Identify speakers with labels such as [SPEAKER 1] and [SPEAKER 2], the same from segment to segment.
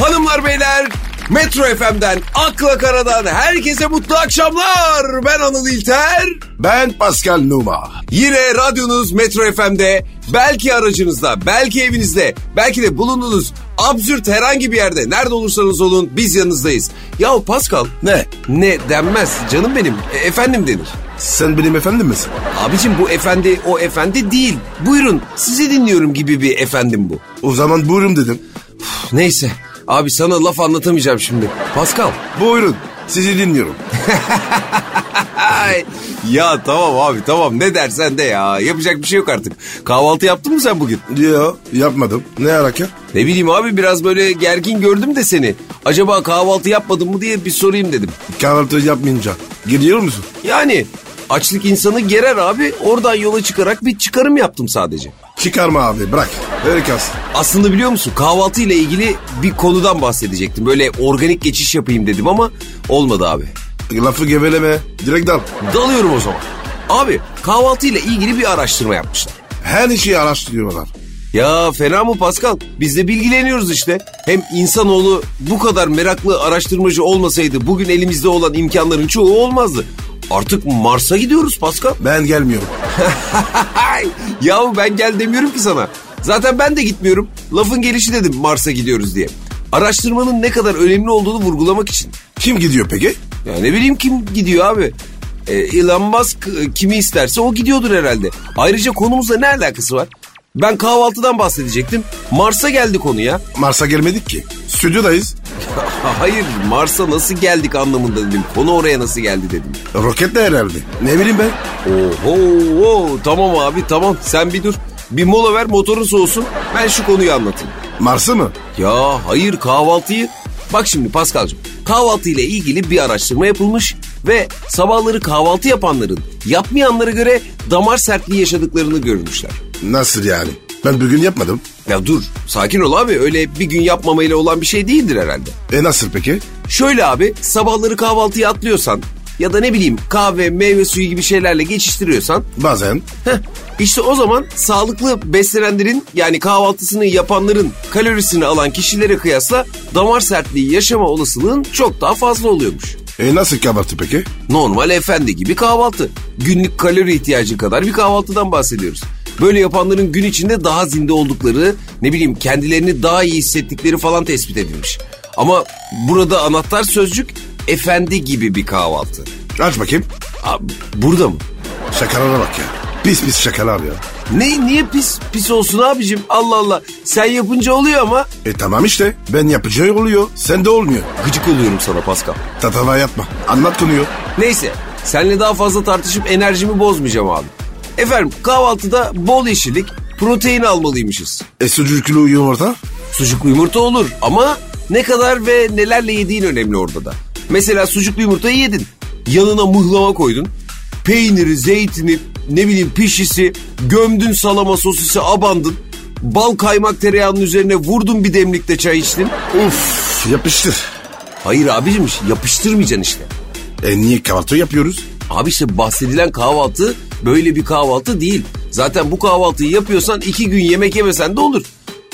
[SPEAKER 1] Hanımlar beyler Metro FM'den Akla Karadan herkese mutlu akşamlar. Ben Anıl İlter.
[SPEAKER 2] Ben Pascal Numa.
[SPEAKER 1] Yine radyonuz Metro FM'de belki aracınızda, belki evinizde, belki de bulunduğunuz absürt herhangi bir yerde nerede olursanız olun biz yanınızdayız. Yahu Pascal
[SPEAKER 2] Ne?
[SPEAKER 1] ne denmez canım benim e, efendim denir.
[SPEAKER 2] Sen benim efendim misin?
[SPEAKER 1] Abicim bu efendi o efendi değil. Buyurun sizi dinliyorum gibi bir efendim bu.
[SPEAKER 2] O zaman buyurun dedim.
[SPEAKER 1] Üf, Neyse abi sana laf anlatamayacağım şimdi. Pascal.
[SPEAKER 2] Buyurun. Sizi dinliyorum.
[SPEAKER 1] Ay. Ya tamam abi tamam ne dersen de ya yapacak bir şey yok artık. Kahvaltı yaptın mı sen bugün?
[SPEAKER 2] Yo yapmadım. Ne hareket?
[SPEAKER 1] Ne bileyim abi biraz böyle gergin gördüm de seni. Acaba kahvaltı yapmadın mı diye bir sorayım dedim.
[SPEAKER 2] Kahvaltı yapmayınca. Gidiyor musun?
[SPEAKER 1] Yani açlık insanı gerer abi oradan yola çıkarak bir çıkarım yaptım sadece.
[SPEAKER 2] Çıkarma abi bırak. Herkes.
[SPEAKER 1] Aslında biliyor musun kahvaltı ile ilgili bir konudan bahsedecektim. Böyle organik geçiş yapayım dedim ama olmadı abi.
[SPEAKER 2] Lafı geveleme. Direkt dal.
[SPEAKER 1] Dalıyorum o zaman. Abi kahvaltı ile ilgili bir araştırma yapmışlar.
[SPEAKER 2] Her işi araştırıyorlar.
[SPEAKER 1] Ya fena mı Pascal? Biz de bilgileniyoruz işte. Hem insanoğlu bu kadar meraklı araştırmacı olmasaydı bugün elimizde olan imkanların çoğu olmazdı. Artık Mars'a gidiyoruz Pascal.
[SPEAKER 2] Ben gelmiyorum.
[SPEAKER 1] Yahu ben gel demiyorum ki sana. Zaten ben de gitmiyorum. Lafın gelişi dedim Mars'a gidiyoruz diye. Araştırmanın ne kadar önemli olduğunu vurgulamak için.
[SPEAKER 2] Kim gidiyor peki?
[SPEAKER 1] Ya ne bileyim kim gidiyor abi. Ee, Elon Musk e, kimi isterse o gidiyordur herhalde. Ayrıca konumuzla ne alakası var? Ben kahvaltıdan bahsedecektim. Mars'a geldi konu ya.
[SPEAKER 2] Mars'a gelmedik ki. Stüdyodayız.
[SPEAKER 1] Hayır Mars'a nasıl geldik anlamında dedim. Konu oraya nasıl geldi dedim.
[SPEAKER 2] Roketle herhalde. Ne bileyim ben.
[SPEAKER 1] Oho oho, tamam abi tamam sen bir dur. Bir mola ver motorun soğusun ben şu konuyu anlatayım.
[SPEAKER 2] Mars'ı mı?
[SPEAKER 1] Ya hayır kahvaltıyı. Bak şimdi Paskal'cığım kahvaltı ile ilgili bir araştırma yapılmış ve sabahları kahvaltı yapanların yapmayanlara göre damar sertliği yaşadıklarını görmüşler.
[SPEAKER 2] Nasıl yani? Ben bugün yapmadım.
[SPEAKER 1] Ya dur sakin ol abi öyle bir gün yapmamayla olan bir şey değildir herhalde.
[SPEAKER 2] E nasıl peki?
[SPEAKER 1] Şöyle abi sabahları kahvaltıya atlıyorsan ya da ne bileyim kahve meyve suyu gibi şeylerle geçiştiriyorsan
[SPEAKER 2] Bazen.
[SPEAKER 1] heh, işte o zaman sağlıklı beslenenlerin yani kahvaltısını yapanların kalorisini alan kişilere kıyasla damar sertliği yaşama olasılığın çok daha fazla oluyormuş.
[SPEAKER 2] E nasıl kahvaltı peki?
[SPEAKER 1] Normal efendi gibi kahvaltı. Günlük kalori ihtiyacı kadar bir kahvaltıdan bahsediyoruz. Böyle yapanların gün içinde daha zinde oldukları, ne bileyim kendilerini daha iyi hissettikleri falan tespit edilmiş. Ama burada anahtar sözcük efendi gibi bir kahvaltı.
[SPEAKER 2] Aç bakayım.
[SPEAKER 1] Abi, burada mı?
[SPEAKER 2] Şakalara bak ya. Pis pis şakalar ya.
[SPEAKER 1] Ne, niye pis pis olsun abicim? Allah Allah. Sen yapınca oluyor ama.
[SPEAKER 2] E tamam işte. Ben yapacağı oluyor. Sen de olmuyor.
[SPEAKER 1] Gıcık oluyorum sana Pascal.
[SPEAKER 2] Tatava yapma. Anlat konuyu.
[SPEAKER 1] Neyse senle daha fazla tartışıp enerjimi bozmayacağım abi. Efendim kahvaltıda bol yeşillik, protein almalıymışız.
[SPEAKER 2] E sucuklu yumurta?
[SPEAKER 1] Sucuklu yumurta olur ama ne kadar ve nelerle yediğin önemli orada da. Mesela sucuklu yumurtayı yedin. Yanına mıhlama koydun. Peyniri, zeytini, ne bileyim pişisi, gömdün salama sosisi, abandın. Bal kaymak tereyağının üzerine vurdun bir demlikte çay içtin.
[SPEAKER 2] Uf yapıştır.
[SPEAKER 1] Hayır abicim yapıştırmayacaksın işte.
[SPEAKER 2] E niye kahvaltı yapıyoruz?
[SPEAKER 1] Abi işte bahsedilen kahvaltı böyle bir kahvaltı değil. Zaten bu kahvaltıyı yapıyorsan iki gün yemek yemesen de olur.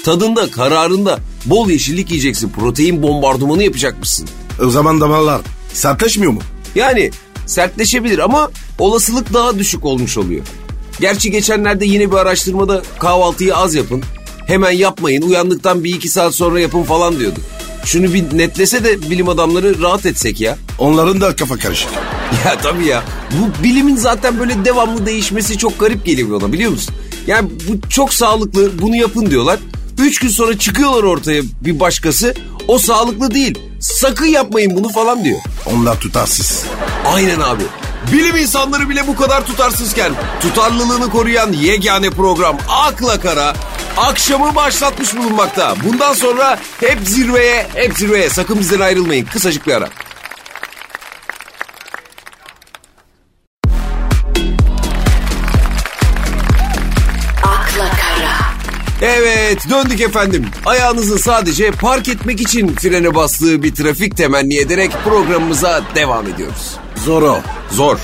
[SPEAKER 1] Tadında, kararında bol yeşillik yiyeceksin. Protein bombardımanı yapacakmışsın.
[SPEAKER 2] O zaman damarlar sertleşmiyor mu?
[SPEAKER 1] Yani sertleşebilir ama olasılık daha düşük olmuş oluyor. Gerçi geçenlerde yine bir araştırmada kahvaltıyı az yapın, hemen yapmayın, uyandıktan bir iki saat sonra yapın falan diyordu. Şunu bir netlese de bilim adamları rahat etsek ya.
[SPEAKER 2] Onların da kafa karışık.
[SPEAKER 1] Ya tabii ya. Bu bilimin zaten böyle devamlı değişmesi çok garip geliyor bana biliyor musun? Yani bu çok sağlıklı bunu yapın diyorlar. Üç gün sonra çıkıyorlar ortaya bir başkası. O sağlıklı değil. Sakın yapmayın bunu falan diyor.
[SPEAKER 2] Onlar tutarsız.
[SPEAKER 1] Aynen abi. Bilim insanları bile bu kadar tutarsızken tutarlılığını koruyan yegane program Akla Kara akşamı başlatmış bulunmakta. Bundan sonra hep zirveye, hep zirveye. Sakın bizden ayrılmayın. Kısacık bir ara.
[SPEAKER 3] akla kara,
[SPEAKER 1] Evet döndük efendim. Ayağınızı sadece park etmek için frene bastığı bir trafik temenni ederek programımıza devam ediyoruz.
[SPEAKER 2] Zor o.
[SPEAKER 1] Zor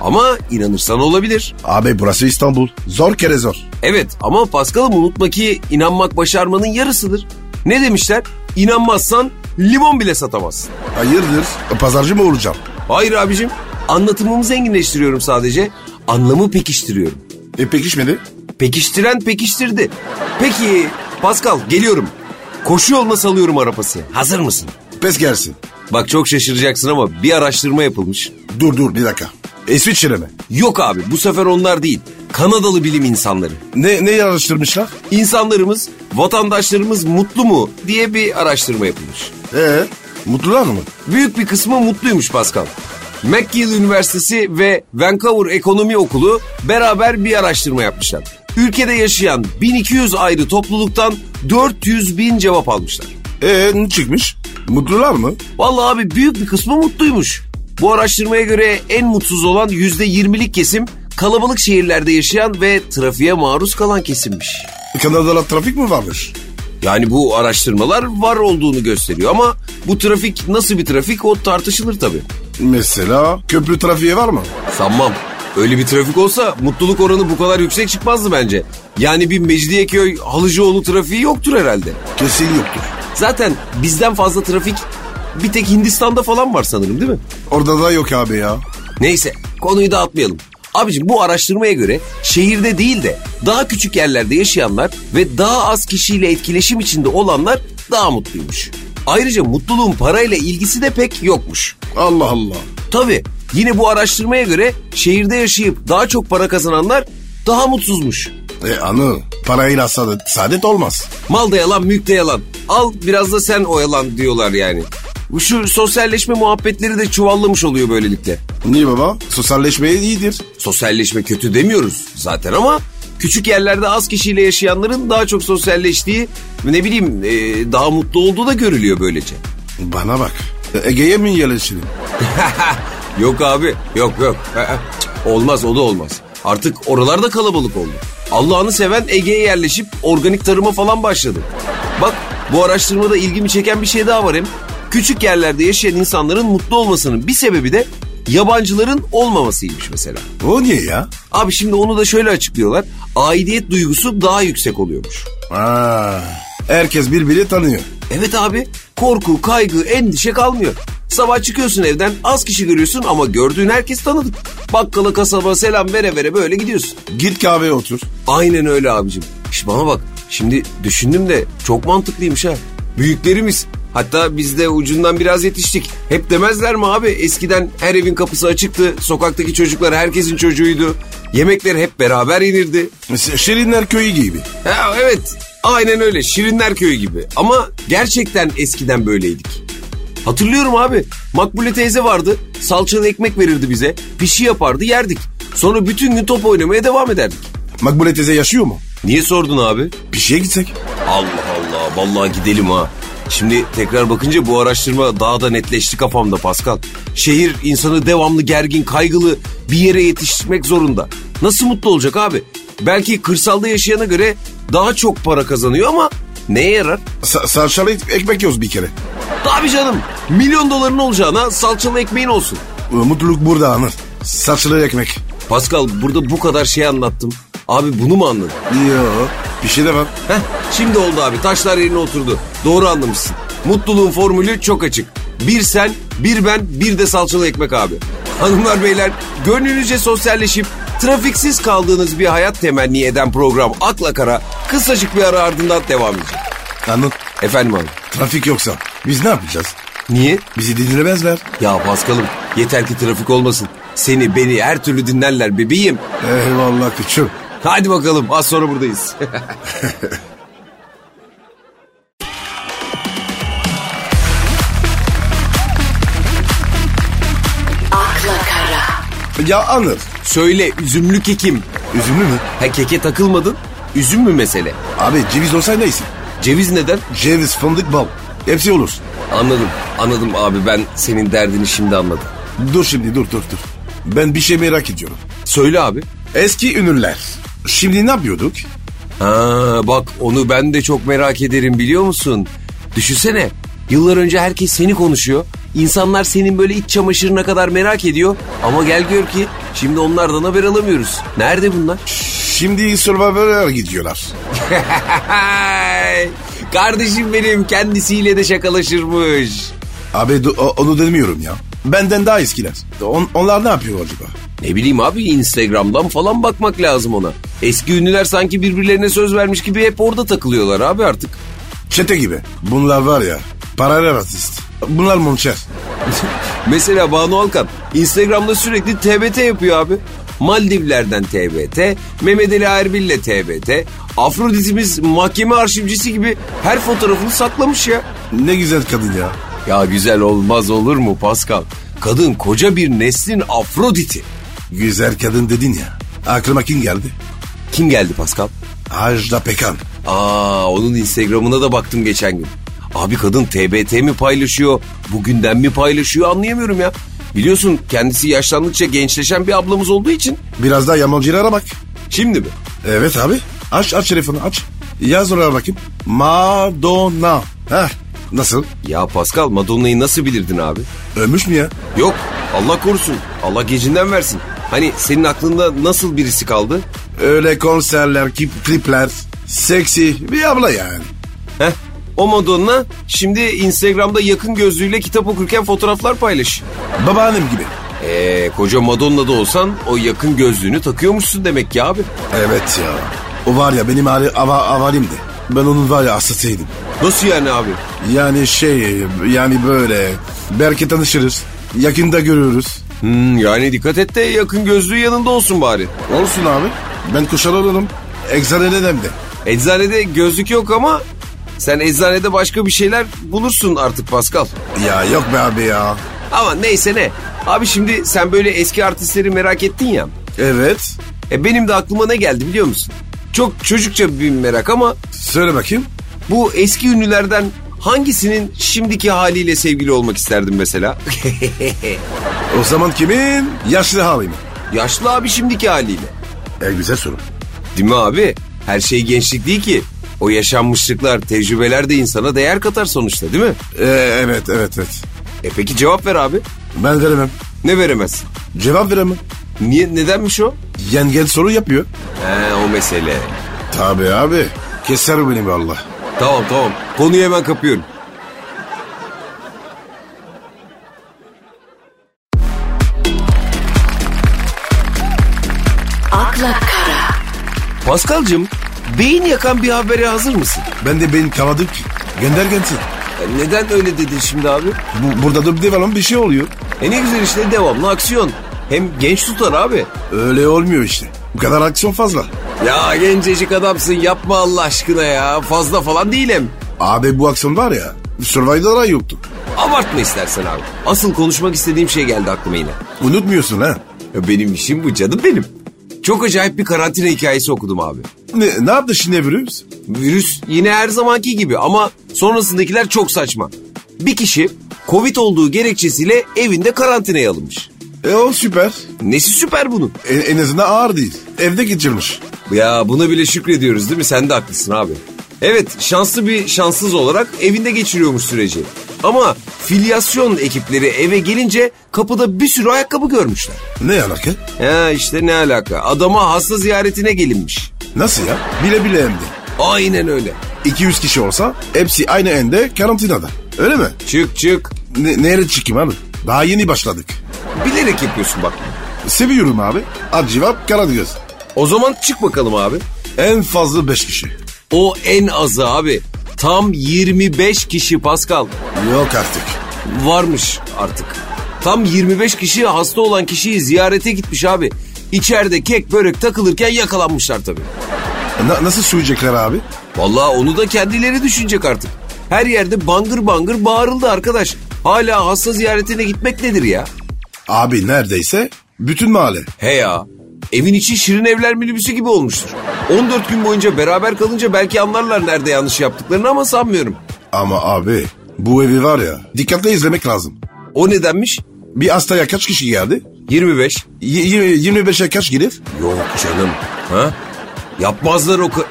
[SPEAKER 1] ama inanırsan olabilir.
[SPEAKER 2] Abi burası İstanbul. Zor kere zor.
[SPEAKER 1] Evet ama Paskal'ım unutma ki inanmak başarmanın yarısıdır. Ne demişler? İnanmazsan limon bile satamazsın.
[SPEAKER 2] Hayırdır? E, Pazarcı mı olacağım?
[SPEAKER 1] Hayır abicim anlatımımı zenginleştiriyorum sadece. Anlamı pekiştiriyorum.
[SPEAKER 2] E pekişmedi.
[SPEAKER 1] Pekiştiren pekiştirdi. Peki Pascal geliyorum. Koşu yoluna salıyorum arapası. Hazır mısın?
[SPEAKER 2] Pes gelsin.
[SPEAKER 1] Bak çok şaşıracaksın ama bir araştırma yapılmış.
[SPEAKER 2] Dur dur bir dakika. İsviçre mi?
[SPEAKER 1] Yok abi bu sefer onlar değil. Kanadalı bilim insanları.
[SPEAKER 2] Ne, ne yarıştırmışlar?
[SPEAKER 1] İnsanlarımız, vatandaşlarımız mutlu mu diye bir araştırma yapılmış.
[SPEAKER 2] Ee, mutlular mı?
[SPEAKER 1] Büyük bir kısmı mutluymuş Pascal. McGill Üniversitesi ve Vancouver Ekonomi Okulu beraber bir araştırma yapmışlar. Ülkede yaşayan 1200 ayrı topluluktan 400 bin cevap almışlar.
[SPEAKER 2] Ee, ne çıkmış? Mutlular mı?
[SPEAKER 1] Vallahi abi büyük bir kısmı mutluymuş. Bu araştırmaya göre en mutsuz olan %20'lik kesim kalabalık şehirlerde yaşayan ve trafiğe maruz kalan kesimmiş.
[SPEAKER 2] E, Kanada'da trafik mi varmış?
[SPEAKER 1] Yani bu araştırmalar var olduğunu gösteriyor ama bu trafik nasıl bir trafik o tartışılır tabii.
[SPEAKER 2] Mesela köprü trafiği var mı?
[SPEAKER 1] Sanmam. Öyle bir trafik olsa mutluluk oranı bu kadar yüksek çıkmazdı bence. Yani bir Mecidiyeköy Halıcıoğlu trafiği yoktur herhalde.
[SPEAKER 2] Kesin yoktur.
[SPEAKER 1] Zaten bizden fazla trafik bir tek Hindistan'da falan var sanırım değil mi?
[SPEAKER 2] Orada da yok abi ya.
[SPEAKER 1] Neyse konuyu dağıtmayalım. Abicim bu araştırmaya göre şehirde değil de daha küçük yerlerde yaşayanlar ve daha az kişiyle etkileşim içinde olanlar daha mutluymuş. Ayrıca mutluluğun parayla ilgisi de pek yokmuş.
[SPEAKER 2] Allah Allah.
[SPEAKER 1] Tabii yine bu araştırmaya göre şehirde yaşayıp daha çok para kazananlar daha mutsuzmuş.
[SPEAKER 2] E anı parayla saadet, saadet olmaz.
[SPEAKER 1] Mal da yalan, mülk de yalan. Al biraz da sen oyalan diyorlar yani. Şu sosyalleşme muhabbetleri de çuvallamış oluyor böylelikle.
[SPEAKER 2] Niye baba? Sosyalleşmeye iyidir.
[SPEAKER 1] Sosyalleşme kötü demiyoruz zaten ama küçük yerlerde az kişiyle yaşayanların daha çok sosyalleştiği ne bileyim e, daha mutlu olduğu da görülüyor böylece.
[SPEAKER 2] Bana bak. E, Ege'ye mi yerleşelim?
[SPEAKER 1] yok abi yok yok. Cık, olmaz o da olmaz. Artık oralarda kalabalık oldu. Allah'ını seven Ege'ye yerleşip organik tarıma falan başladı. Bak bu araştırmada ilgimi çeken bir şey daha var hem. Küçük yerlerde yaşayan insanların mutlu olmasının bir sebebi de yabancıların olmamasıymış mesela.
[SPEAKER 2] O niye ya?
[SPEAKER 1] Abi şimdi onu da şöyle açıklıyorlar. Aidiyet duygusu daha yüksek oluyormuş.
[SPEAKER 2] Aa, herkes birbirini tanıyor.
[SPEAKER 1] Evet abi korku, kaygı, endişe kalmıyor. Sabah çıkıyorsun evden az kişi görüyorsun ama gördüğün herkes tanıdık. Bakkala kasaba selam vere vere böyle gidiyorsun.
[SPEAKER 2] Git kahveye otur.
[SPEAKER 1] Aynen öyle abicim. Şimdi bana bak şimdi düşündüm de çok mantıklıymış ha. Büyüklerimiz hatta biz de ucundan biraz yetiştik. Hep demezler mi abi eskiden her evin kapısı açıktı. Sokaktaki çocuklar herkesin çocuğuydu. Yemekler hep beraber yenirdi.
[SPEAKER 2] Mesela Şirinler köyü gibi.
[SPEAKER 1] Ha, evet aynen öyle Şirinler Köyü gibi ama gerçekten eskiden böyleydik. Hatırlıyorum abi Makbule teyze vardı salçalı ekmek verirdi bize pişi yapardı yerdik. Sonra bütün gün top oynamaya devam ederdik.
[SPEAKER 2] Makbule teyze yaşıyor mu?
[SPEAKER 1] Niye sordun abi?
[SPEAKER 2] Bir şeye gitsek.
[SPEAKER 1] Allah Allah vallahi gidelim ha. Şimdi tekrar bakınca bu araştırma daha da netleşti kafamda Pascal. Şehir insanı devamlı gergin, kaygılı bir yere yetiştirmek zorunda. Nasıl mutlu olacak abi? Belki kırsalda yaşayana göre daha çok para kazanıyor ama neye yarar?
[SPEAKER 2] Sa- sarşalı ek- ekmek yiyoruz bir kere.
[SPEAKER 1] Tabii canım milyon doların olacağına salçalı ekmeğin olsun.
[SPEAKER 2] E, Mutluluk burada anır. Sarşalı ekmek.
[SPEAKER 1] Pascal burada bu kadar şey anlattım. Abi bunu mu anladın?
[SPEAKER 2] Yo. Bir şey de var.
[SPEAKER 1] Heh, şimdi oldu abi. Taşlar yerine oturdu. Doğru anlamışsın. Mutluluğun formülü çok açık. Bir sen, bir ben, bir de salçalı ekmek abi. Hanımlar beyler, gönlünüzce sosyalleşip trafiksiz kaldığınız bir hayat temenni eden program Akla Kara kısacık bir ara ardından devam edecek.
[SPEAKER 2] Anıl
[SPEAKER 1] Efendim abi.
[SPEAKER 2] trafik yoksa biz ne yapacağız?
[SPEAKER 1] Niye?
[SPEAKER 2] Bizi dinlemezler.
[SPEAKER 1] Ya Paskal'ım yeter ki trafik olmasın. Seni beni her türlü dinlerler bebeğim.
[SPEAKER 2] Eyvallah küçüm.
[SPEAKER 1] Hadi bakalım az sonra buradayız.
[SPEAKER 3] akla kara,
[SPEAKER 2] Ya Anıl.
[SPEAKER 1] Söyle üzümlü kekim.
[SPEAKER 2] Üzümlü mü?
[SPEAKER 1] Ha keke takılmadın. Üzüm mü mesele?
[SPEAKER 2] Abi ceviz olsa neyse.
[SPEAKER 1] Ceviz neden?
[SPEAKER 2] Ceviz, fındık, bal. Hepsi olur.
[SPEAKER 1] Anladım, anladım abi ben senin derdini şimdi anladım.
[SPEAKER 2] Dur şimdi dur dur dur. Ben bir şey merak ediyorum.
[SPEAKER 1] Söyle abi.
[SPEAKER 2] Eski ünlüler. Şimdi ne yapıyorduk?
[SPEAKER 1] Ha bak onu ben de çok merak ederim biliyor musun? Düşünsene yıllar önce herkes seni konuşuyor. İnsanlar senin böyle iç çamaşırına kadar merak ediyor. Ama gel gör ki şimdi onlardan haber alamıyoruz. Nerede bunlar?
[SPEAKER 2] Şimdi Survivor'a gidiyorlar.
[SPEAKER 1] Kardeşim benim kendisiyle de şakalaşırmış.
[SPEAKER 2] Abi do- o- onu demiyorum ya. Benden daha eskiler. On- onlar ne yapıyor acaba?
[SPEAKER 1] Ne bileyim abi Instagram'dan falan bakmak lazım ona. Eski ünlüler sanki birbirlerine söz vermiş gibi hep orada takılıyorlar abi artık.
[SPEAKER 2] Çete gibi. Bunlar var ya. Paralel artist. Bunlar monçer.
[SPEAKER 1] Mesela Banu Alkan Instagram'da sürekli TBT yapıyor abi. Maldivler'den TBT, Mehmet Ali Erbil'le TBT, Afrodit'imiz mahkeme arşivcisi gibi her fotoğrafını saklamış ya.
[SPEAKER 2] Ne güzel kadın ya.
[SPEAKER 1] Ya güzel olmaz olur mu Pascal? Kadın koca bir neslin Afrodit'i.
[SPEAKER 2] Güzel kadın dedin ya. Aklıma kim geldi?
[SPEAKER 1] Kim geldi Pascal?
[SPEAKER 2] Ajda Pekan.
[SPEAKER 1] Aa onun Instagram'ına da baktım geçen gün. Abi kadın TBT mi paylaşıyor, bugünden mi paylaşıyor anlayamıyorum ya. Biliyorsun kendisi yaşlandıkça gençleşen bir ablamız olduğu için.
[SPEAKER 2] Biraz daha yamalcılara bak.
[SPEAKER 1] Şimdi mi?
[SPEAKER 2] Evet abi. Aç aç telefonu aç. Yaz oraya bakayım. Madonna. Heh. Nasıl?
[SPEAKER 1] Ya Pascal Madonna'yı nasıl bilirdin abi?
[SPEAKER 2] Ölmüş mü ya?
[SPEAKER 1] Yok Allah korusun. Allah gecinden versin. Hani senin aklında nasıl birisi kaldı?
[SPEAKER 2] Öyle konserler, klip- klipler. Seksi bir abla yani.
[SPEAKER 1] Heh o Madonna şimdi Instagram'da yakın gözlüğüyle kitap okurken fotoğraflar paylaş.
[SPEAKER 2] Babaannem gibi.
[SPEAKER 1] Eee koca Madonna da olsan o yakın gözlüğünü takıyormuşsun demek ki abi.
[SPEAKER 2] Evet ya. O var ya benim ari, ava, avalimdi. Ben onun var ya hastasıydım.
[SPEAKER 1] Nasıl yani abi?
[SPEAKER 2] Yani şey yani böyle belki tanışırız. Yakında görürüz.
[SPEAKER 1] Hmm, yani dikkat et de yakın gözlüğü yanında olsun bari.
[SPEAKER 2] Olsun abi. Ben kuşar olurum. Egzalelenem de.
[SPEAKER 1] Eczanede gözlük yok ama sen eczanede başka bir şeyler bulursun artık Pascal.
[SPEAKER 2] Ya yok be abi ya.
[SPEAKER 1] Ama neyse ne. Abi şimdi sen böyle eski artistleri merak ettin ya.
[SPEAKER 2] Evet.
[SPEAKER 1] E benim de aklıma ne geldi biliyor musun? Çok çocukça bir merak ama
[SPEAKER 2] Söyle bakayım.
[SPEAKER 1] bu eski ünlülerden hangisinin şimdiki haliyle sevgili olmak isterdin mesela?
[SPEAKER 2] O zaman kimin? Yaşlı hali mi?
[SPEAKER 1] Yaşlı abi şimdiki haliyle.
[SPEAKER 2] E güzel soru.
[SPEAKER 1] Değil mi abi? Her şey gençlik değil ki. O yaşanmışlıklar, tecrübeler de insana değer katar sonuçta değil mi?
[SPEAKER 2] E, evet evet evet.
[SPEAKER 1] E peki cevap ver abi.
[SPEAKER 2] Ben veremem.
[SPEAKER 1] Ne veremez?
[SPEAKER 2] Cevap veremem.
[SPEAKER 1] Niye, nedenmiş o?
[SPEAKER 2] Yengen soru yapıyor.
[SPEAKER 1] He o mesele.
[SPEAKER 2] Tabii abi. Keser beni valla.
[SPEAKER 1] Tamam tamam. Konuyu hemen kapıyorum.
[SPEAKER 3] akla kara,
[SPEAKER 1] Paskal'cığım beyin yakan bir habere hazır mısın?
[SPEAKER 2] Ben de benim kavadık. Gönder gelsin.
[SPEAKER 1] E, neden öyle dedin şimdi abi?
[SPEAKER 2] Bu, burada da bir devamlı bir şey oluyor.
[SPEAKER 1] E ne güzel işte devamlı aksiyon. Hem genç tutar abi.
[SPEAKER 2] Öyle olmuyor işte. Bu kadar aksiyon fazla.
[SPEAKER 1] Ya gencecik adamsın yapma Allah aşkına ya. Fazla falan değilim.
[SPEAKER 2] Abi bu aksiyon var ya. Survivor'a yoktu.
[SPEAKER 1] Abartma istersen abi. Asıl konuşmak istediğim şey geldi aklıma yine.
[SPEAKER 2] Unutmuyorsun ha.
[SPEAKER 1] Ya benim işim bu canım benim. Çok acayip bir karantina hikayesi okudum abi.
[SPEAKER 2] Ne, ne yaptı şimdi virüs?
[SPEAKER 1] Virüs yine her zamanki gibi ama sonrasındakiler çok saçma. Bir kişi Covid olduğu gerekçesiyle evinde karantinaya alınmış.
[SPEAKER 2] E o süper.
[SPEAKER 1] Nesi süper bunun?
[SPEAKER 2] E, en azından ağır değil. Evde geçirmiş.
[SPEAKER 1] Ya buna bile şükrediyoruz değil mi? Sen de haklısın abi. Evet şanslı bir şanssız olarak evinde geçiriyormuş süreci. Ama filyasyon ekipleri eve gelince kapıda bir sürü ayakkabı görmüşler.
[SPEAKER 2] Ne alaka?
[SPEAKER 1] Ya işte ne alaka? Adama hasta ziyaretine gelinmiş.
[SPEAKER 2] Nasıl ya? Bile bile hem de.
[SPEAKER 1] Aynen öyle.
[SPEAKER 2] 200 kişi olsa hepsi aynı ende karantinada. Öyle mi?
[SPEAKER 1] Çık çık.
[SPEAKER 2] Ne, nereye çıkayım abi? Daha yeni başladık.
[SPEAKER 1] Bilerek yapıyorsun bak.
[SPEAKER 2] Seviyorum abi. Acıvap Karagöz.
[SPEAKER 1] O zaman çık bakalım abi.
[SPEAKER 2] En fazla 5 kişi.
[SPEAKER 1] O en azı abi. Tam 25 kişi Pascal.
[SPEAKER 2] Yok artık.
[SPEAKER 1] Varmış artık. Tam 25 kişi hasta olan kişiyi ziyarete gitmiş abi. İçeride kek börek takılırken yakalanmışlar tabii.
[SPEAKER 2] Na- nasıl söyleyecekler abi?
[SPEAKER 1] Vallahi onu da kendileri düşünecek artık. Her yerde bangır bangır bağırıldı arkadaş. Hala hasta ziyaretine gitmek nedir ya?
[SPEAKER 2] Abi neredeyse bütün mahalle.
[SPEAKER 1] He ya. Evin içi şirin evler minibüsü gibi olmuştur. 14 gün boyunca beraber kalınca belki anlarlar nerede yanlış yaptıklarını ama sanmıyorum.
[SPEAKER 2] Ama abi bu evi var ya dikkatli izlemek lazım.
[SPEAKER 1] O nedenmiş?
[SPEAKER 2] Bir hastaya kaç kişi geldi?
[SPEAKER 1] 25.
[SPEAKER 2] Y- yirmi- 25'e kaç gelir?
[SPEAKER 1] Yok canım. Ha? Yapmazlar o ka-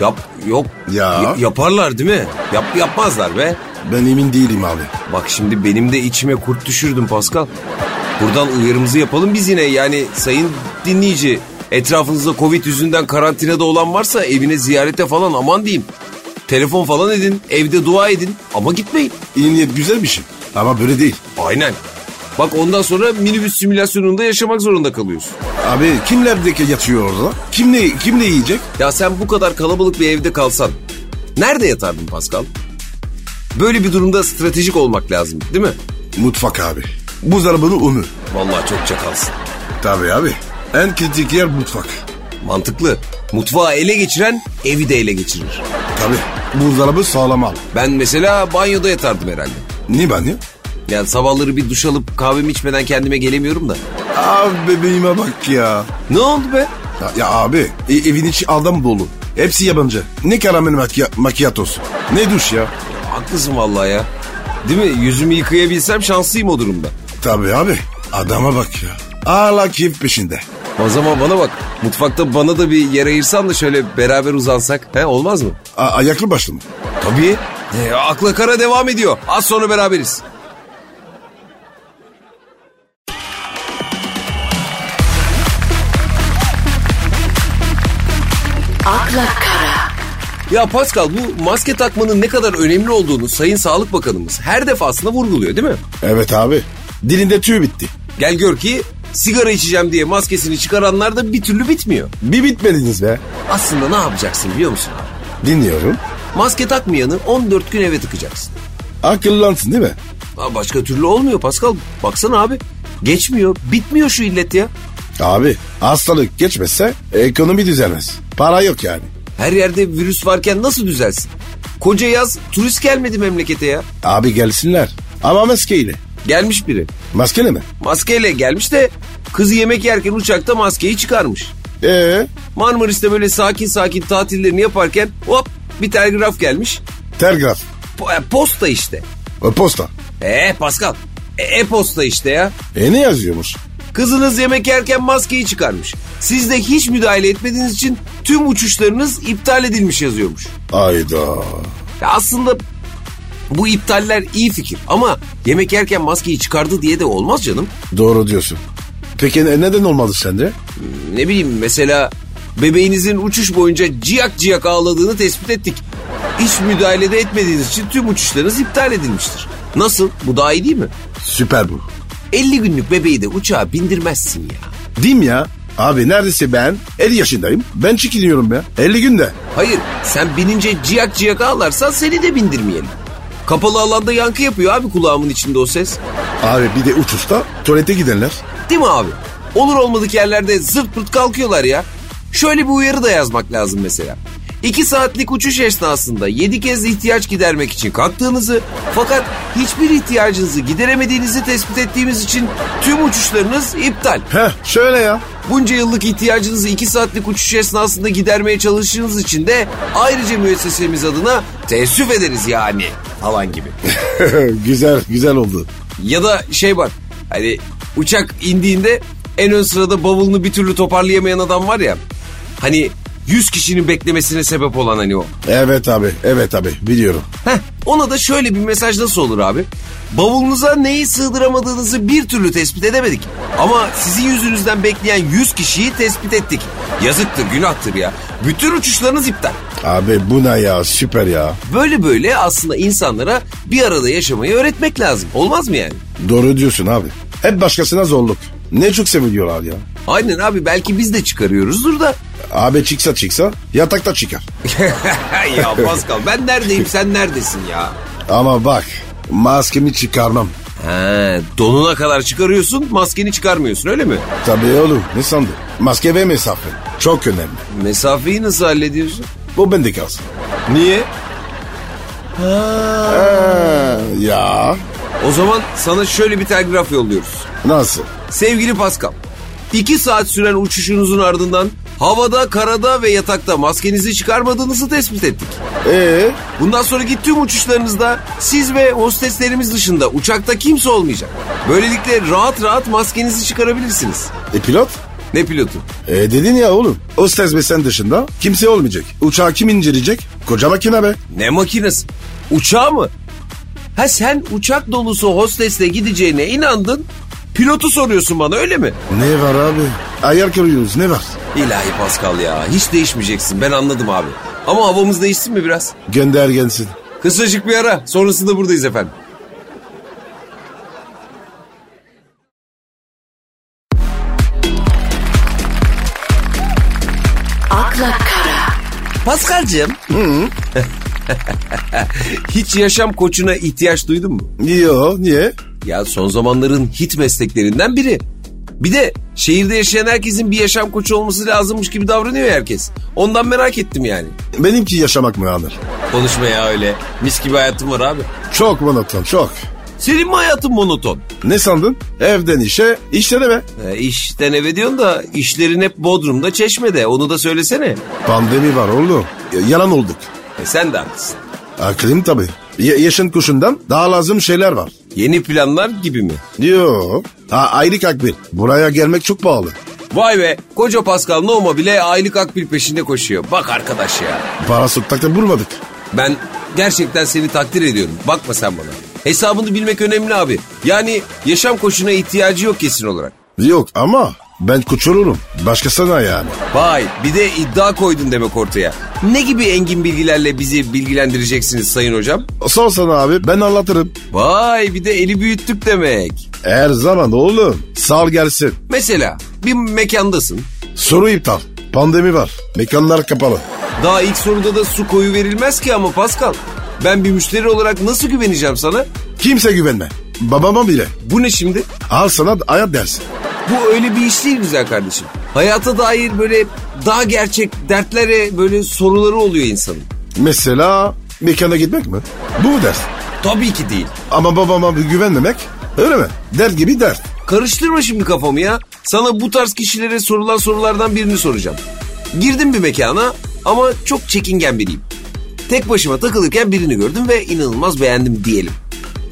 [SPEAKER 1] Yap yok.
[SPEAKER 2] Ya.
[SPEAKER 1] Y- yaparlar değil mi? Yap yapmazlar be.
[SPEAKER 2] Ben emin değilim abi.
[SPEAKER 1] Bak şimdi benim de içime kurt düşürdün Pascal. Buradan uyarımızı yapalım biz yine. Yani sayın dinleyici etrafınızda Covid yüzünden karantinada olan varsa evine ziyarete falan aman diyeyim. Telefon falan edin, evde dua edin ama gitmeyin.
[SPEAKER 2] İyi niyet güzel bir şey. Ama böyle değil.
[SPEAKER 1] Aynen. Bak ondan sonra minibüs simülasyonunda yaşamak zorunda kalıyorsun.
[SPEAKER 2] Abi kimlerdeki yatıyor orada? Kim ne, kim ne yiyecek?
[SPEAKER 1] Ya sen bu kadar kalabalık bir evde kalsan nerede yatardın Pascal? Böyle bir durumda stratejik olmak lazım değil mi?
[SPEAKER 2] Mutfak abi. Buzdolabının önü.
[SPEAKER 1] Vallahi çok çakalsın.
[SPEAKER 2] Tabii abi. En kritik yer mutfak.
[SPEAKER 1] Mantıklı. Mutfağı ele geçiren evi de ele geçirir.
[SPEAKER 2] Tabii. Buzdolabı sağlam al.
[SPEAKER 1] Ben mesela banyoda yatardım herhalde.
[SPEAKER 2] Niye ben ya?
[SPEAKER 1] Yani sabahları bir duş alıp kahvemi içmeden kendime gelemiyorum da.
[SPEAKER 2] Abi bebeğime bak ya.
[SPEAKER 1] Ne oldu be?
[SPEAKER 2] Ya, ya abi e- evin içi adam dolu. Hepsi yabancı. Ne karamel makya- makyatosu. Ne duş ya.
[SPEAKER 1] Haklısın vallahi ya. Değil mi? Yüzümü yıkayabilsem şanslıyım o durumda.
[SPEAKER 2] Tabii abi. Adama bak ya. Hala keyif peşinde.
[SPEAKER 1] O zaman bana bak. Mutfakta bana da bir yer ayırsan da şöyle beraber uzansak. He olmaz mı?
[SPEAKER 2] A- ayaklı başlı mı?
[SPEAKER 1] Tabii. E, akla kara devam ediyor. Az sonra beraberiz.
[SPEAKER 3] akla kara,
[SPEAKER 1] Ya Pascal bu maske takmanın ne kadar önemli olduğunu Sayın Sağlık Bakanımız her defasında vurguluyor değil mi?
[SPEAKER 2] Evet abi. Dilinde tüy bitti.
[SPEAKER 1] Gel gör ki sigara içeceğim diye maskesini çıkaranlar da bir türlü bitmiyor.
[SPEAKER 2] Bir bitmediniz be.
[SPEAKER 1] Aslında ne yapacaksın biliyor musun? abi?
[SPEAKER 2] Dinliyorum.
[SPEAKER 1] Maske takmayanı 14 gün eve tıkacaksın.
[SPEAKER 2] Akıllansın değil mi?
[SPEAKER 1] Ha, başka türlü olmuyor Pascal. Baksana abi. Geçmiyor. Bitmiyor şu illet ya.
[SPEAKER 2] Abi hastalık geçmezse ekonomi düzelmez. Para yok yani.
[SPEAKER 1] Her yerde virüs varken nasıl düzelsin? Koca yaz turist gelmedi memlekete ya.
[SPEAKER 2] Abi gelsinler. Ama maskeyle.
[SPEAKER 1] Gelmiş biri.
[SPEAKER 2] Maskele mi?
[SPEAKER 1] Maskeyle gelmiş de kızı yemek yerken uçakta maskeyi çıkarmış.
[SPEAKER 2] Ee,
[SPEAKER 1] Marmaris'te böyle sakin sakin tatillerini yaparken hop bir telgraf gelmiş.
[SPEAKER 2] telgraf.
[SPEAKER 1] Po- e, posta işte.
[SPEAKER 2] e, Posta.
[SPEAKER 1] Eee Pascal. E, E-posta işte ya.
[SPEAKER 2] E ne yazıyormuş?
[SPEAKER 1] Kızınız yemek yerken maskeyi çıkarmış. Siz de hiç müdahale etmediğiniz için tüm uçuşlarınız iptal edilmiş yazıyormuş.
[SPEAKER 2] Ayda.
[SPEAKER 1] Ya aslında bu iptaller iyi fikir ama yemek yerken maskeyi çıkardı diye de olmaz canım.
[SPEAKER 2] Doğru diyorsun. Peki ne- neden olmadı sende?
[SPEAKER 1] Ne bileyim mesela bebeğinizin uçuş boyunca ciyak ciyak ağladığını tespit ettik. Hiç müdahalede etmediğiniz için tüm uçuşlarınız iptal edilmiştir. Nasıl? Bu daha iyi değil mi?
[SPEAKER 2] Süper bu.
[SPEAKER 1] 50 günlük bebeği de uçağa bindirmezsin ya.
[SPEAKER 2] Değil mi ya? Abi neredeyse ben 50 yaşındayım. Ben çekiliyorum ya. 50 günde.
[SPEAKER 1] Hayır sen binince ciyak ciyak ağlarsan seni de bindirmeyelim. Kapalı alanda yankı yapıyor abi kulağımın içinde o ses.
[SPEAKER 2] Abi bir de uçuşta tuvalete gidenler.
[SPEAKER 1] Değil mi abi? Olur olmadık yerlerde zırt pırt kalkıyorlar ya. Şöyle bir uyarı da yazmak lazım mesela. 2 saatlik uçuş esnasında 7 kez ihtiyaç gidermek için kalktığınızı fakat hiçbir ihtiyacınızı gideremediğinizi tespit ettiğimiz için tüm uçuşlarınız iptal.
[SPEAKER 2] Heh şöyle ya.
[SPEAKER 1] Bunca yıllık ihtiyacınızı 2 saatlik uçuş esnasında gidermeye çalıştığınız için de ayrıca müessesemiz adına teessüf ederiz yani falan gibi.
[SPEAKER 2] güzel güzel oldu.
[SPEAKER 1] Ya da şey var hani uçak indiğinde en ön sırada bavulunu bir türlü toparlayamayan adam var ya. Hani 100 kişinin beklemesine sebep olan hani o.
[SPEAKER 2] Evet abi evet abi biliyorum.
[SPEAKER 1] Heh, ona da şöyle bir mesaj nasıl olur abi? Bavulunuza neyi sığdıramadığınızı bir türlü tespit edemedik. Ama sizin yüzünüzden bekleyen 100 kişiyi tespit ettik. Yazıktır, günahtır ya. Bütün uçuşlarınız iptal.
[SPEAKER 2] Abi bu ne ya süper ya.
[SPEAKER 1] Böyle böyle aslında insanlara bir arada yaşamayı öğretmek lazım. Olmaz mı yani?
[SPEAKER 2] Doğru diyorsun abi. Hep başkasına zorluk. Ne çok seviliyorlar ya.
[SPEAKER 1] Aynen abi belki biz de çıkarıyoruzdur da.
[SPEAKER 2] Abi çıksa çıksa yatakta çıkar.
[SPEAKER 1] ya Pascal ben neredeyim sen neredesin ya?
[SPEAKER 2] Ama bak maskemi çıkarmam.
[SPEAKER 1] He, donuna kadar çıkarıyorsun maskeni çıkarmıyorsun öyle mi?
[SPEAKER 2] Tabii oğlum ne sandın? Maske ve mesafe çok önemli.
[SPEAKER 1] Mesafeyi nasıl hallediyorsun?
[SPEAKER 2] Bu bende kalsın.
[SPEAKER 1] Niye?
[SPEAKER 2] Ha, ya
[SPEAKER 1] O zaman sana şöyle bir telgraf yolluyoruz.
[SPEAKER 2] nasıl?
[SPEAKER 1] Sevgili Pascal, 2 saat süren uçuşunuzun ardından havada, karada ve yatakta maskenizi çıkarmadığınızı tespit ettik.
[SPEAKER 2] Ee,
[SPEAKER 1] Bundan sonraki tüm uçuşlarınızda siz ve hosteslerimiz dışında uçakta kimse olmayacak. Böylelikle rahat rahat maskenizi çıkarabilirsiniz.
[SPEAKER 2] e pilot?
[SPEAKER 1] Ne pilotu?
[SPEAKER 2] E dedin ya oğlum. O ses ve sen dışında kimse olmayacak. Uçağı kim indirecek? Koca makine be.
[SPEAKER 1] Ne makinesi? Uçağı mı? Ha sen uçak dolusu hostesle gideceğine inandın. Pilotu soruyorsun bana öyle mi?
[SPEAKER 2] Ne var abi? Ayar kırıyoruz ne var?
[SPEAKER 1] İlahi Pascal ya hiç değişmeyeceksin ben anladım abi. Ama havamız değişsin mi biraz?
[SPEAKER 2] Gönder gelsin.
[SPEAKER 1] Kısacık bir ara sonrasında buradayız efendim.
[SPEAKER 3] akla kara,
[SPEAKER 1] Paskal'cığım. Hiç yaşam koçuna ihtiyaç duydun mu?
[SPEAKER 2] Yo niye?
[SPEAKER 1] Ya son zamanların hit mesleklerinden biri. Bir de şehirde yaşayan herkesin bir yaşam koçu olması lazımmış gibi davranıyor ya herkes. Ondan merak ettim yani.
[SPEAKER 2] Benimki yaşamak mı Anır?
[SPEAKER 1] Konuşma ya öyle. Mis gibi hayatım var abi.
[SPEAKER 2] Çok monoton çok.
[SPEAKER 1] Senin mi hayatın monoton?
[SPEAKER 2] Ne sandın? Evden işe, işe de be.
[SPEAKER 1] E, işten eve diyorsun da işlerin hep Bodrum'da Çeşme'de. Onu da söylesene.
[SPEAKER 2] Pandemi var oğlum. Y- Yalan olduk.
[SPEAKER 1] E, sen de haklısın.
[SPEAKER 2] Aklım tabii. Ye- yaşın kuşundan daha lazım şeyler var.
[SPEAKER 1] Yeni planlar gibi mi?
[SPEAKER 2] Yo. Ha, aylık akbil. Buraya gelmek çok pahalı.
[SPEAKER 1] Vay be koca Pascal Noma bile aylık akbil peşinde koşuyor. Bak arkadaş ya.
[SPEAKER 2] Para sokakta bulmadık.
[SPEAKER 1] Ben gerçekten seni takdir ediyorum. Bakma sen bana. Hesabını bilmek önemli abi. Yani yaşam koşuna ihtiyacı yok kesin olarak.
[SPEAKER 2] Yok ama ben kuçururum. Başkasına yani.
[SPEAKER 1] Vay bir de iddia koydun demek ortaya. Ne gibi engin bilgilerle bizi bilgilendireceksiniz sayın hocam?
[SPEAKER 2] Sor sana abi ben anlatırım.
[SPEAKER 1] Vay bir de eli büyüttük demek.
[SPEAKER 2] Her zaman oğlum. Sal gelsin.
[SPEAKER 1] Mesela bir mekandasın.
[SPEAKER 2] Soru iptal. Pandemi var. Mekanlar kapalı.
[SPEAKER 1] Daha ilk soruda da su koyu verilmez ki ama Pascal. Ben bir müşteri olarak nasıl güveneceğim sana?
[SPEAKER 2] Kimse güvenme. Babama bile.
[SPEAKER 1] Bu ne şimdi?
[SPEAKER 2] Al sana hayat dersi.
[SPEAKER 1] Bu öyle bir iş değil güzel kardeşim. Hayata dair böyle daha gerçek dertlere böyle soruları oluyor insanın.
[SPEAKER 2] Mesela mekana gitmek mi? Bu mu ders?
[SPEAKER 1] Tabii ki değil.
[SPEAKER 2] Ama babama güvenmemek öyle mi? Dert gibi dert.
[SPEAKER 1] Karıştırma şimdi kafamı ya. Sana bu tarz kişilere sorulan sorulardan birini soracağım. Girdim bir mekana ama çok çekingen biriyim. Tek başıma takılırken birini gördüm ve inanılmaz beğendim diyelim.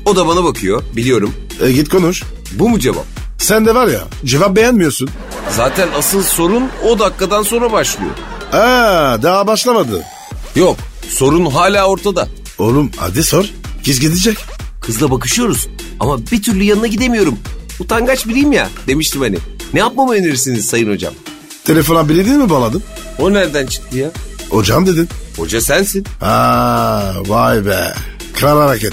[SPEAKER 1] O da bana bakıyor biliyorum.
[SPEAKER 2] E git konuş.
[SPEAKER 1] Bu mu cevap?
[SPEAKER 2] Sen de var ya cevap beğenmiyorsun.
[SPEAKER 1] Zaten asıl sorun o dakikadan sonra başlıyor.
[SPEAKER 2] Aa daha başlamadı.
[SPEAKER 1] Yok sorun hala ortada.
[SPEAKER 2] Oğlum hadi sor. Kız gidecek.
[SPEAKER 1] Kızla bakışıyoruz ama bir türlü yanına gidemiyorum. Utangaç biriyim ya demiştim hani. Ne yapmamı önerirsiniz sayın hocam?
[SPEAKER 2] Telefona bildiğin mi bağladın?
[SPEAKER 1] O nereden çıktı ya?
[SPEAKER 2] Hocam dedin.
[SPEAKER 1] Hoca sensin.
[SPEAKER 2] Aa vay be. Kral hareket.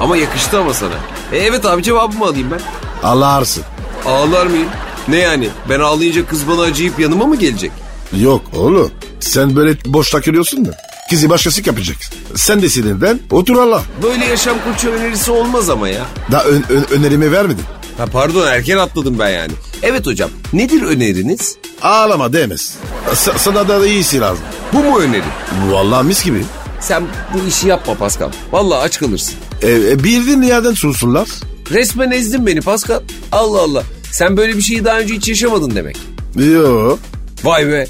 [SPEAKER 1] Ama yakıştı ama sana. E, evet abi cevabımı alayım ben.
[SPEAKER 2] Allah arsın.
[SPEAKER 1] Ağlar mıyım? Ne yani? Ben ağlayınca kız bana acıyıp yanıma mı gelecek?
[SPEAKER 2] Yok oğlum. Sen böyle boş takılıyorsun da. Kızı başkası yapacak. Sen de sinirden otur Allah.
[SPEAKER 1] Böyle yaşam koçu önerisi olmaz ama ya.
[SPEAKER 2] Daha ön- ön- önerimi vermedin.
[SPEAKER 1] Ha pardon erken atladım ben yani. Evet hocam nedir öneriniz?
[SPEAKER 2] Ağlama demez. Sa- sana da iyisi lazım.
[SPEAKER 1] Bu mu öneri?
[SPEAKER 2] Vallahi mis gibi.
[SPEAKER 1] Sen bu işi yapma Pascal. Vallahi aç kalırsın.
[SPEAKER 2] E, e, bildiğin yerden sunsunlar.
[SPEAKER 1] Resmen ezdin beni Pascal. Allah Allah. Sen böyle bir şeyi daha önce hiç yaşamadın demek.
[SPEAKER 2] Yo.
[SPEAKER 1] Vay be.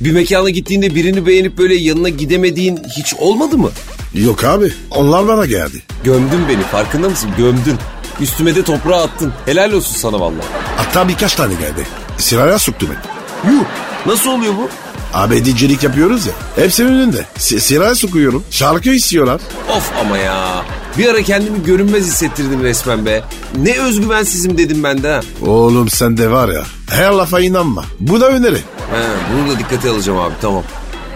[SPEAKER 1] Bir mekana gittiğinde birini beğenip böyle yanına gidemediğin hiç olmadı mı?
[SPEAKER 2] Yok abi. Onlar bana geldi.
[SPEAKER 1] Gömdün beni farkında mısın? Gömdün. Üstüme de toprağa attın. Helal olsun sana vallahi.
[SPEAKER 2] Hatta birkaç tane geldi. Sıraya soktu beni.
[SPEAKER 1] Yuh. Nasıl oluyor bu?
[SPEAKER 2] Abedicilik yapıyoruz ya. Hepsinin önünde. Si- sıraya sokuyorum. Şarkı istiyorlar.
[SPEAKER 1] Of ama ya. Bir ara kendimi görünmez hissettirdin resmen be. Ne özgüvensizim dedim ben de ha.
[SPEAKER 2] Oğlum sen de var ya. Her lafa inanma. Bu da öneri.
[SPEAKER 1] He, bunu da dikkate alacağım abi tamam.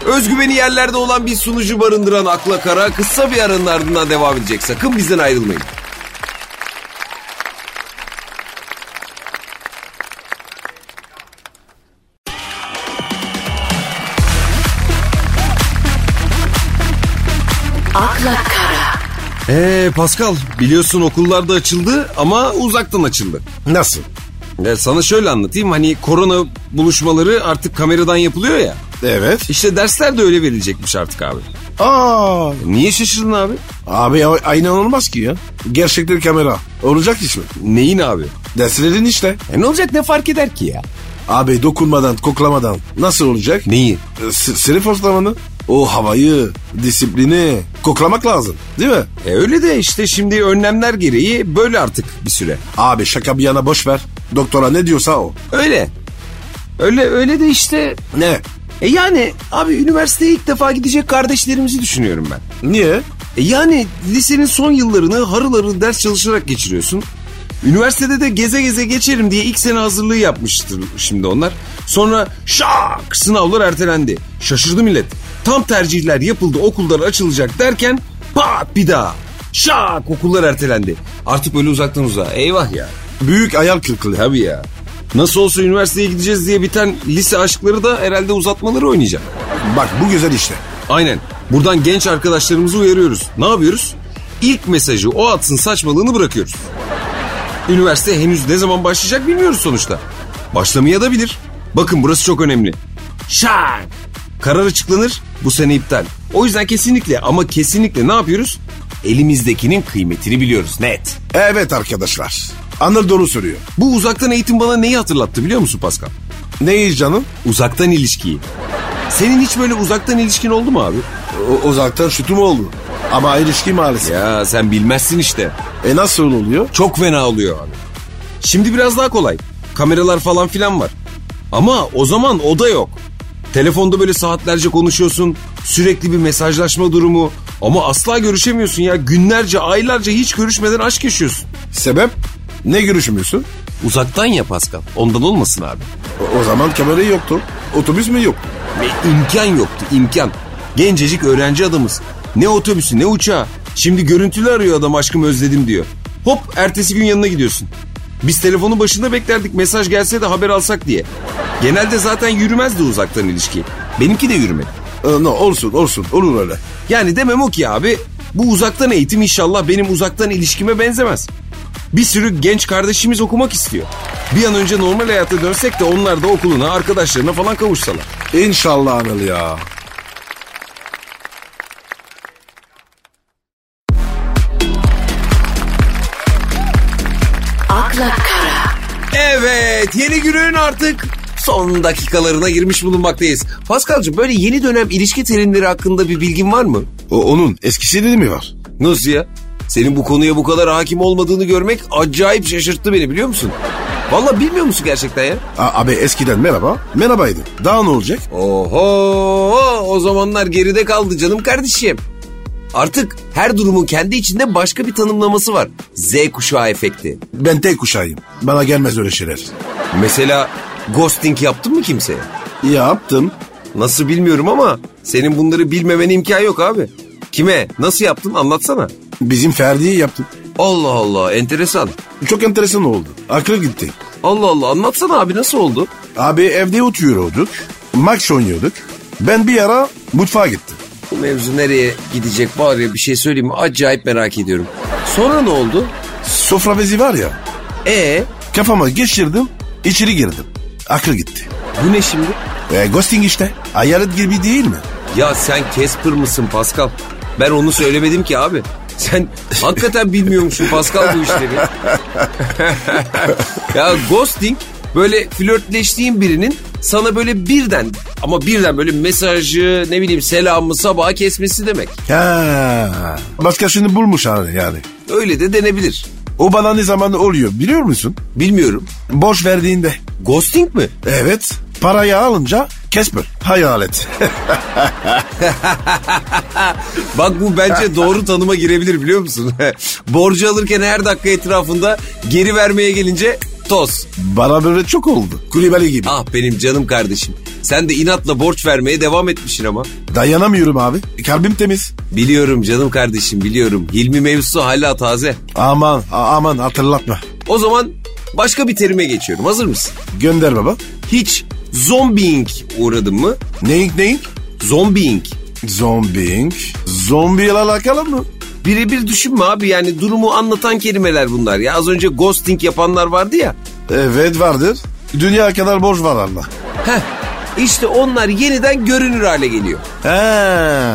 [SPEAKER 1] Özgüveni yerlerde olan bir sunucu barındıran Akla Kara kısa bir aranın ardından devam edecek. Sakın bizden ayrılmayın.
[SPEAKER 3] akla kara,
[SPEAKER 1] Eee Ee, Pascal biliyorsun okullarda açıldı ama uzaktan açıldı.
[SPEAKER 2] Nasıl?
[SPEAKER 1] Ya sana şöyle anlatayım hani korona buluşmaları artık kameradan yapılıyor ya.
[SPEAKER 2] Evet.
[SPEAKER 1] İşte dersler de öyle verilecekmiş artık abi.
[SPEAKER 2] Aa.
[SPEAKER 1] Niye şaşırdın abi?
[SPEAKER 2] Abi a- aynı olmaz ki ya. Gerçekten kamera. Olacak iş mi?
[SPEAKER 1] Neyin abi?
[SPEAKER 2] Derslerin işte.
[SPEAKER 1] E ne olacak ne fark eder ki ya?
[SPEAKER 2] Abi dokunmadan, koklamadan nasıl olacak?
[SPEAKER 1] Neyi?
[SPEAKER 2] E, s- sınıf ortamını, o havayı, disiplini koklamak lazım değil mi?
[SPEAKER 1] E öyle de işte şimdi önlemler gereği böyle artık bir süre.
[SPEAKER 2] Abi şaka bir yana boş ver. Doktora ne diyorsa o.
[SPEAKER 1] Öyle. Öyle öyle de işte
[SPEAKER 2] Ne?
[SPEAKER 1] e yani abi üniversiteye ilk defa gidecek kardeşlerimizi düşünüyorum ben.
[SPEAKER 2] Niye?
[SPEAKER 1] E yani lisenin son yıllarını harıl harıl ders çalışarak geçiriyorsun. Üniversitede de geze geze geçerim diye ilk sene hazırlığı yapmıştır şimdi onlar. Sonra şak sınavlar ertelendi. Şaşırdı millet. Tam tercihler yapıldı okullar açılacak derken pat bir daha. Şak okullar ertelendi. Artık böyle uzaktan uzağa. Eyvah ya.
[SPEAKER 2] Büyük ayar kırıklığı.
[SPEAKER 1] Tabii ya. Nasıl olsa üniversiteye gideceğiz diye biten lise aşkları da herhalde uzatmaları oynayacak.
[SPEAKER 2] Bak bu güzel işte.
[SPEAKER 1] Aynen. Buradan genç arkadaşlarımızı uyarıyoruz. Ne yapıyoruz? İlk mesajı o atsın saçmalığını bırakıyoruz. Üniversite henüz ne zaman başlayacak bilmiyoruz sonuçta. Başlamaya da bilir. Bakın burası çok önemli. Şak! Karar açıklanır, bu sene iptal. O yüzden kesinlikle ama kesinlikle ne yapıyoruz? Elimizdekinin kıymetini biliyoruz net.
[SPEAKER 2] Evet arkadaşlar. Anıl doğru soruyor.
[SPEAKER 1] Bu uzaktan eğitim bana neyi hatırlattı biliyor musun Pascal?
[SPEAKER 2] Neyiz canım?
[SPEAKER 1] Uzaktan ilişkiyi. Senin hiç böyle uzaktan ilişkin oldu mu abi?
[SPEAKER 2] O, uzaktan şutum oldu. Ama ilişki maalesef.
[SPEAKER 1] Ya sen bilmezsin işte.
[SPEAKER 2] E nasıl oluyor?
[SPEAKER 1] Çok fena oluyor abi. Şimdi biraz daha kolay. Kameralar falan filan var. Ama o zaman o da yok. Telefonda böyle saatlerce konuşuyorsun. Sürekli bir mesajlaşma durumu. Ama asla görüşemiyorsun ya. Günlerce, aylarca hiç görüşmeden aşk yaşıyorsun.
[SPEAKER 2] Sebep? Ne görüşmüyorsun?
[SPEAKER 1] Uzaktan ya Pascal. Ondan olmasın abi.
[SPEAKER 2] O, o zaman kamera yoktu. Otobüs mü yok?
[SPEAKER 1] Ve imkan yoktu imkan. Gencecik öğrenci adamız. Ne otobüsü ne uçağı. Şimdi görüntülü arıyor adam aşkımı özledim diyor. Hop ertesi gün yanına gidiyorsun. Biz telefonun başında beklerdik mesaj gelse de haber alsak diye. Genelde zaten yürümezdi uzaktan ilişki. Benimki de yürümedi.
[SPEAKER 2] E, no, olsun olsun olur öyle.
[SPEAKER 1] Yani demem o ki abi bu uzaktan eğitim inşallah benim uzaktan ilişkime benzemez. Bir sürü genç kardeşimiz okumak istiyor. Bir an önce normal hayata dönsek de onlar da okuluna, arkadaşlarına falan kavuşsalar.
[SPEAKER 2] İnşallah Anıl ya.
[SPEAKER 3] akla kara,
[SPEAKER 1] Evet yeni günün artık son dakikalarına girmiş bulunmaktayız. Paskal'cığım böyle yeni dönem ilişki terimleri hakkında bir bilgin var mı?
[SPEAKER 2] O, onun eskisi mi var?
[SPEAKER 1] Nasıl ya? Senin bu konuya bu kadar hakim olmadığını görmek acayip şaşırttı beni biliyor musun? Valla bilmiyor musun gerçekten ya?
[SPEAKER 2] A- abi eskiden merhaba. Merhabaydı. Daha ne olacak?
[SPEAKER 1] Oho o zamanlar geride kaldı canım kardeşim. Artık her durumun kendi içinde başka bir tanımlaması var. Z kuşağı efekti.
[SPEAKER 2] Ben tek kuşağıyım. Bana gelmez öyle şeyler.
[SPEAKER 1] Mesela ghosting yaptın mı kimseye?
[SPEAKER 2] Yaptım.
[SPEAKER 1] Nasıl bilmiyorum ama senin bunları bilmemen imkan yok abi. Kime? Nasıl yaptın? Anlatsana.
[SPEAKER 2] Bizim Ferdi'yi yaptım.
[SPEAKER 1] Allah Allah enteresan.
[SPEAKER 2] Çok enteresan oldu. Aklı gitti.
[SPEAKER 1] Allah Allah anlatsana abi nasıl oldu?
[SPEAKER 2] Abi evde oturuyorduk. Maç oynuyorduk. Ben bir ara mutfağa gittim.
[SPEAKER 1] Bu mevzu nereye gidecek var ya bir şey söyleyeyim mi? Acayip merak ediyorum. Sonra ne oldu?
[SPEAKER 2] Sofra bezi var ya.
[SPEAKER 1] E
[SPEAKER 2] Kafama geçirdim. içeri girdim. Akıl gitti.
[SPEAKER 1] bu ne şimdi?
[SPEAKER 2] E, ghosting işte. Hayalet gibi değil mi?
[SPEAKER 1] Ya sen Casper mısın Pascal? Ben onu söylemedim ki abi. Sen hakikaten bilmiyormuşsun Pascal bu işleri. ya ghosting böyle flörtleştiğin birinin sana böyle birden ama birden böyle mesajı ne bileyim selamı sabaha kesmesi demek.
[SPEAKER 2] Ha. Başkasını bulmuş hani yani.
[SPEAKER 1] Öyle de denebilir.
[SPEAKER 2] O bana ne zaman oluyor biliyor musun?
[SPEAKER 1] Bilmiyorum.
[SPEAKER 2] Boş verdiğinde.
[SPEAKER 1] Ghosting mi?
[SPEAKER 2] Evet. Parayı alınca Casper. Hayalet.
[SPEAKER 1] Bak bu bence doğru tanıma girebilir biliyor musun? Borcu alırken her dakika etrafında geri vermeye gelince toz.
[SPEAKER 2] bana böyle çok oldu. Kulübeli gibi.
[SPEAKER 1] Ah benim canım kardeşim. Sen de inatla borç vermeye devam etmişsin ama.
[SPEAKER 2] Dayanamıyorum abi. Kalbim temiz.
[SPEAKER 1] Biliyorum canım kardeşim biliyorum. Hilmi mevzusu hala taze.
[SPEAKER 2] Aman a- aman hatırlatma.
[SPEAKER 1] O zaman başka bir terime geçiyorum. Hazır mısın?
[SPEAKER 2] Gönder baba.
[SPEAKER 1] Hiç zombiying uğradın mı?
[SPEAKER 2] Neyink neyink?
[SPEAKER 1] Zombiying.
[SPEAKER 2] Zombing. Zombiyle alakalı mı?
[SPEAKER 1] Birebir düşünme abi yani durumu anlatan kelimeler bunlar ya. Az önce ghosting yapanlar vardı ya.
[SPEAKER 2] Evet vardır. Dünya kadar borç var Allah.
[SPEAKER 1] Heh işte onlar yeniden görünür hale geliyor.
[SPEAKER 2] He.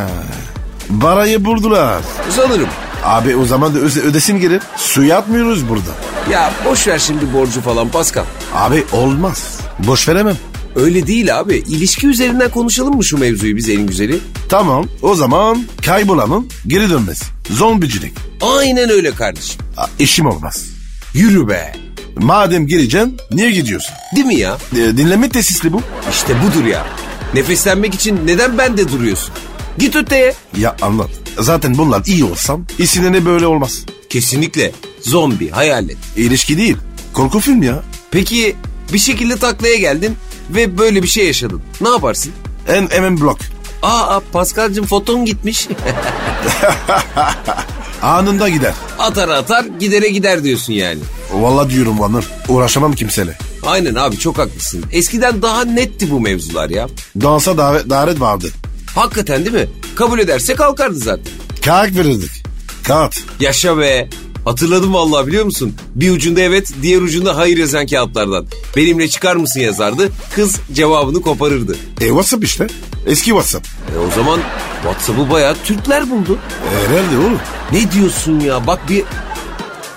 [SPEAKER 2] Barayı buldular.
[SPEAKER 1] Sanırım.
[SPEAKER 2] Abi o zaman da öde- ödesin geri. Suya atmıyoruz burada.
[SPEAKER 1] Ya boş ver şimdi borcu falan Pascal.
[SPEAKER 2] Abi olmaz. Boş veremem.
[SPEAKER 1] Öyle değil abi. İlişki üzerinden konuşalım mı şu mevzuyu biz en güzeli?
[SPEAKER 2] Tamam o zaman kaybolanın geri dönmesi. Zombicilik.
[SPEAKER 1] Aynen öyle kardeşim.
[SPEAKER 2] A- işim olmaz.
[SPEAKER 1] Yürü be.
[SPEAKER 2] Madem gireceksin niye gidiyorsun?
[SPEAKER 1] Değil mi ya?
[SPEAKER 2] E, dinleme tesisli bu.
[SPEAKER 1] İşte budur ya. Nefeslenmek için neden bende duruyorsun? Git öteye.
[SPEAKER 2] Ya anlat. Zaten bunlar iyi olsam isimlerine böyle olmaz.
[SPEAKER 1] Kesinlikle. Zombi, hayalet.
[SPEAKER 2] İlişki değil. Korku film ya.
[SPEAKER 1] Peki bir şekilde taklaya geldin ve böyle bir şey yaşadın. Ne yaparsın?
[SPEAKER 2] En hemen blok.
[SPEAKER 1] Aa Paskal'cığım foton gitmiş.
[SPEAKER 2] Anında gider.
[SPEAKER 1] atar atar gidere gider diyorsun yani.
[SPEAKER 2] Vallahi diyorum Vanır. Uğraşamam kimseyle.
[SPEAKER 1] Aynen abi çok haklısın. Eskiden daha netti bu mevzular ya.
[SPEAKER 2] Dansa davet, davet vardı.
[SPEAKER 1] Hakikaten değil mi? Kabul ederse kalkardı zaten.
[SPEAKER 2] Kağıt verirdik. Kağıt.
[SPEAKER 1] Yaşa be. Hatırladım vallahi biliyor musun? Bir ucunda evet, diğer ucunda hayır yazan kağıtlardan. Benimle çıkar mısın yazardı. Kız cevabını koparırdı.
[SPEAKER 2] E WhatsApp işte. Eski WhatsApp.
[SPEAKER 1] E o zaman WhatsApp'ı bayağı Türkler buldu.
[SPEAKER 2] E, herhalde oğlum.
[SPEAKER 1] Ne diyorsun ya? Bak bir...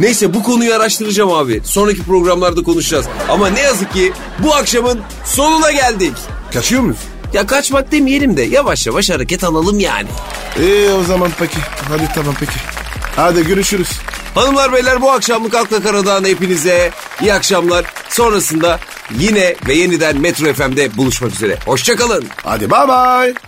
[SPEAKER 1] Neyse bu konuyu araştıracağım abi. Sonraki programlarda konuşacağız. Ama ne yazık ki bu akşamın sonuna geldik.
[SPEAKER 2] Kaçıyor muyuz?
[SPEAKER 1] Ya kaçmak demeyelim de yavaş yavaş hareket alalım yani.
[SPEAKER 2] E o zaman peki. Hadi tamam peki. Hadi görüşürüz.
[SPEAKER 1] Hanımlar beyler bu akşamlık Akla Karadağ'ın hepinize iyi akşamlar. Sonrasında yine ve yeniden Metro FM'de buluşmak üzere. Hoşçakalın.
[SPEAKER 2] Hadi bye bye.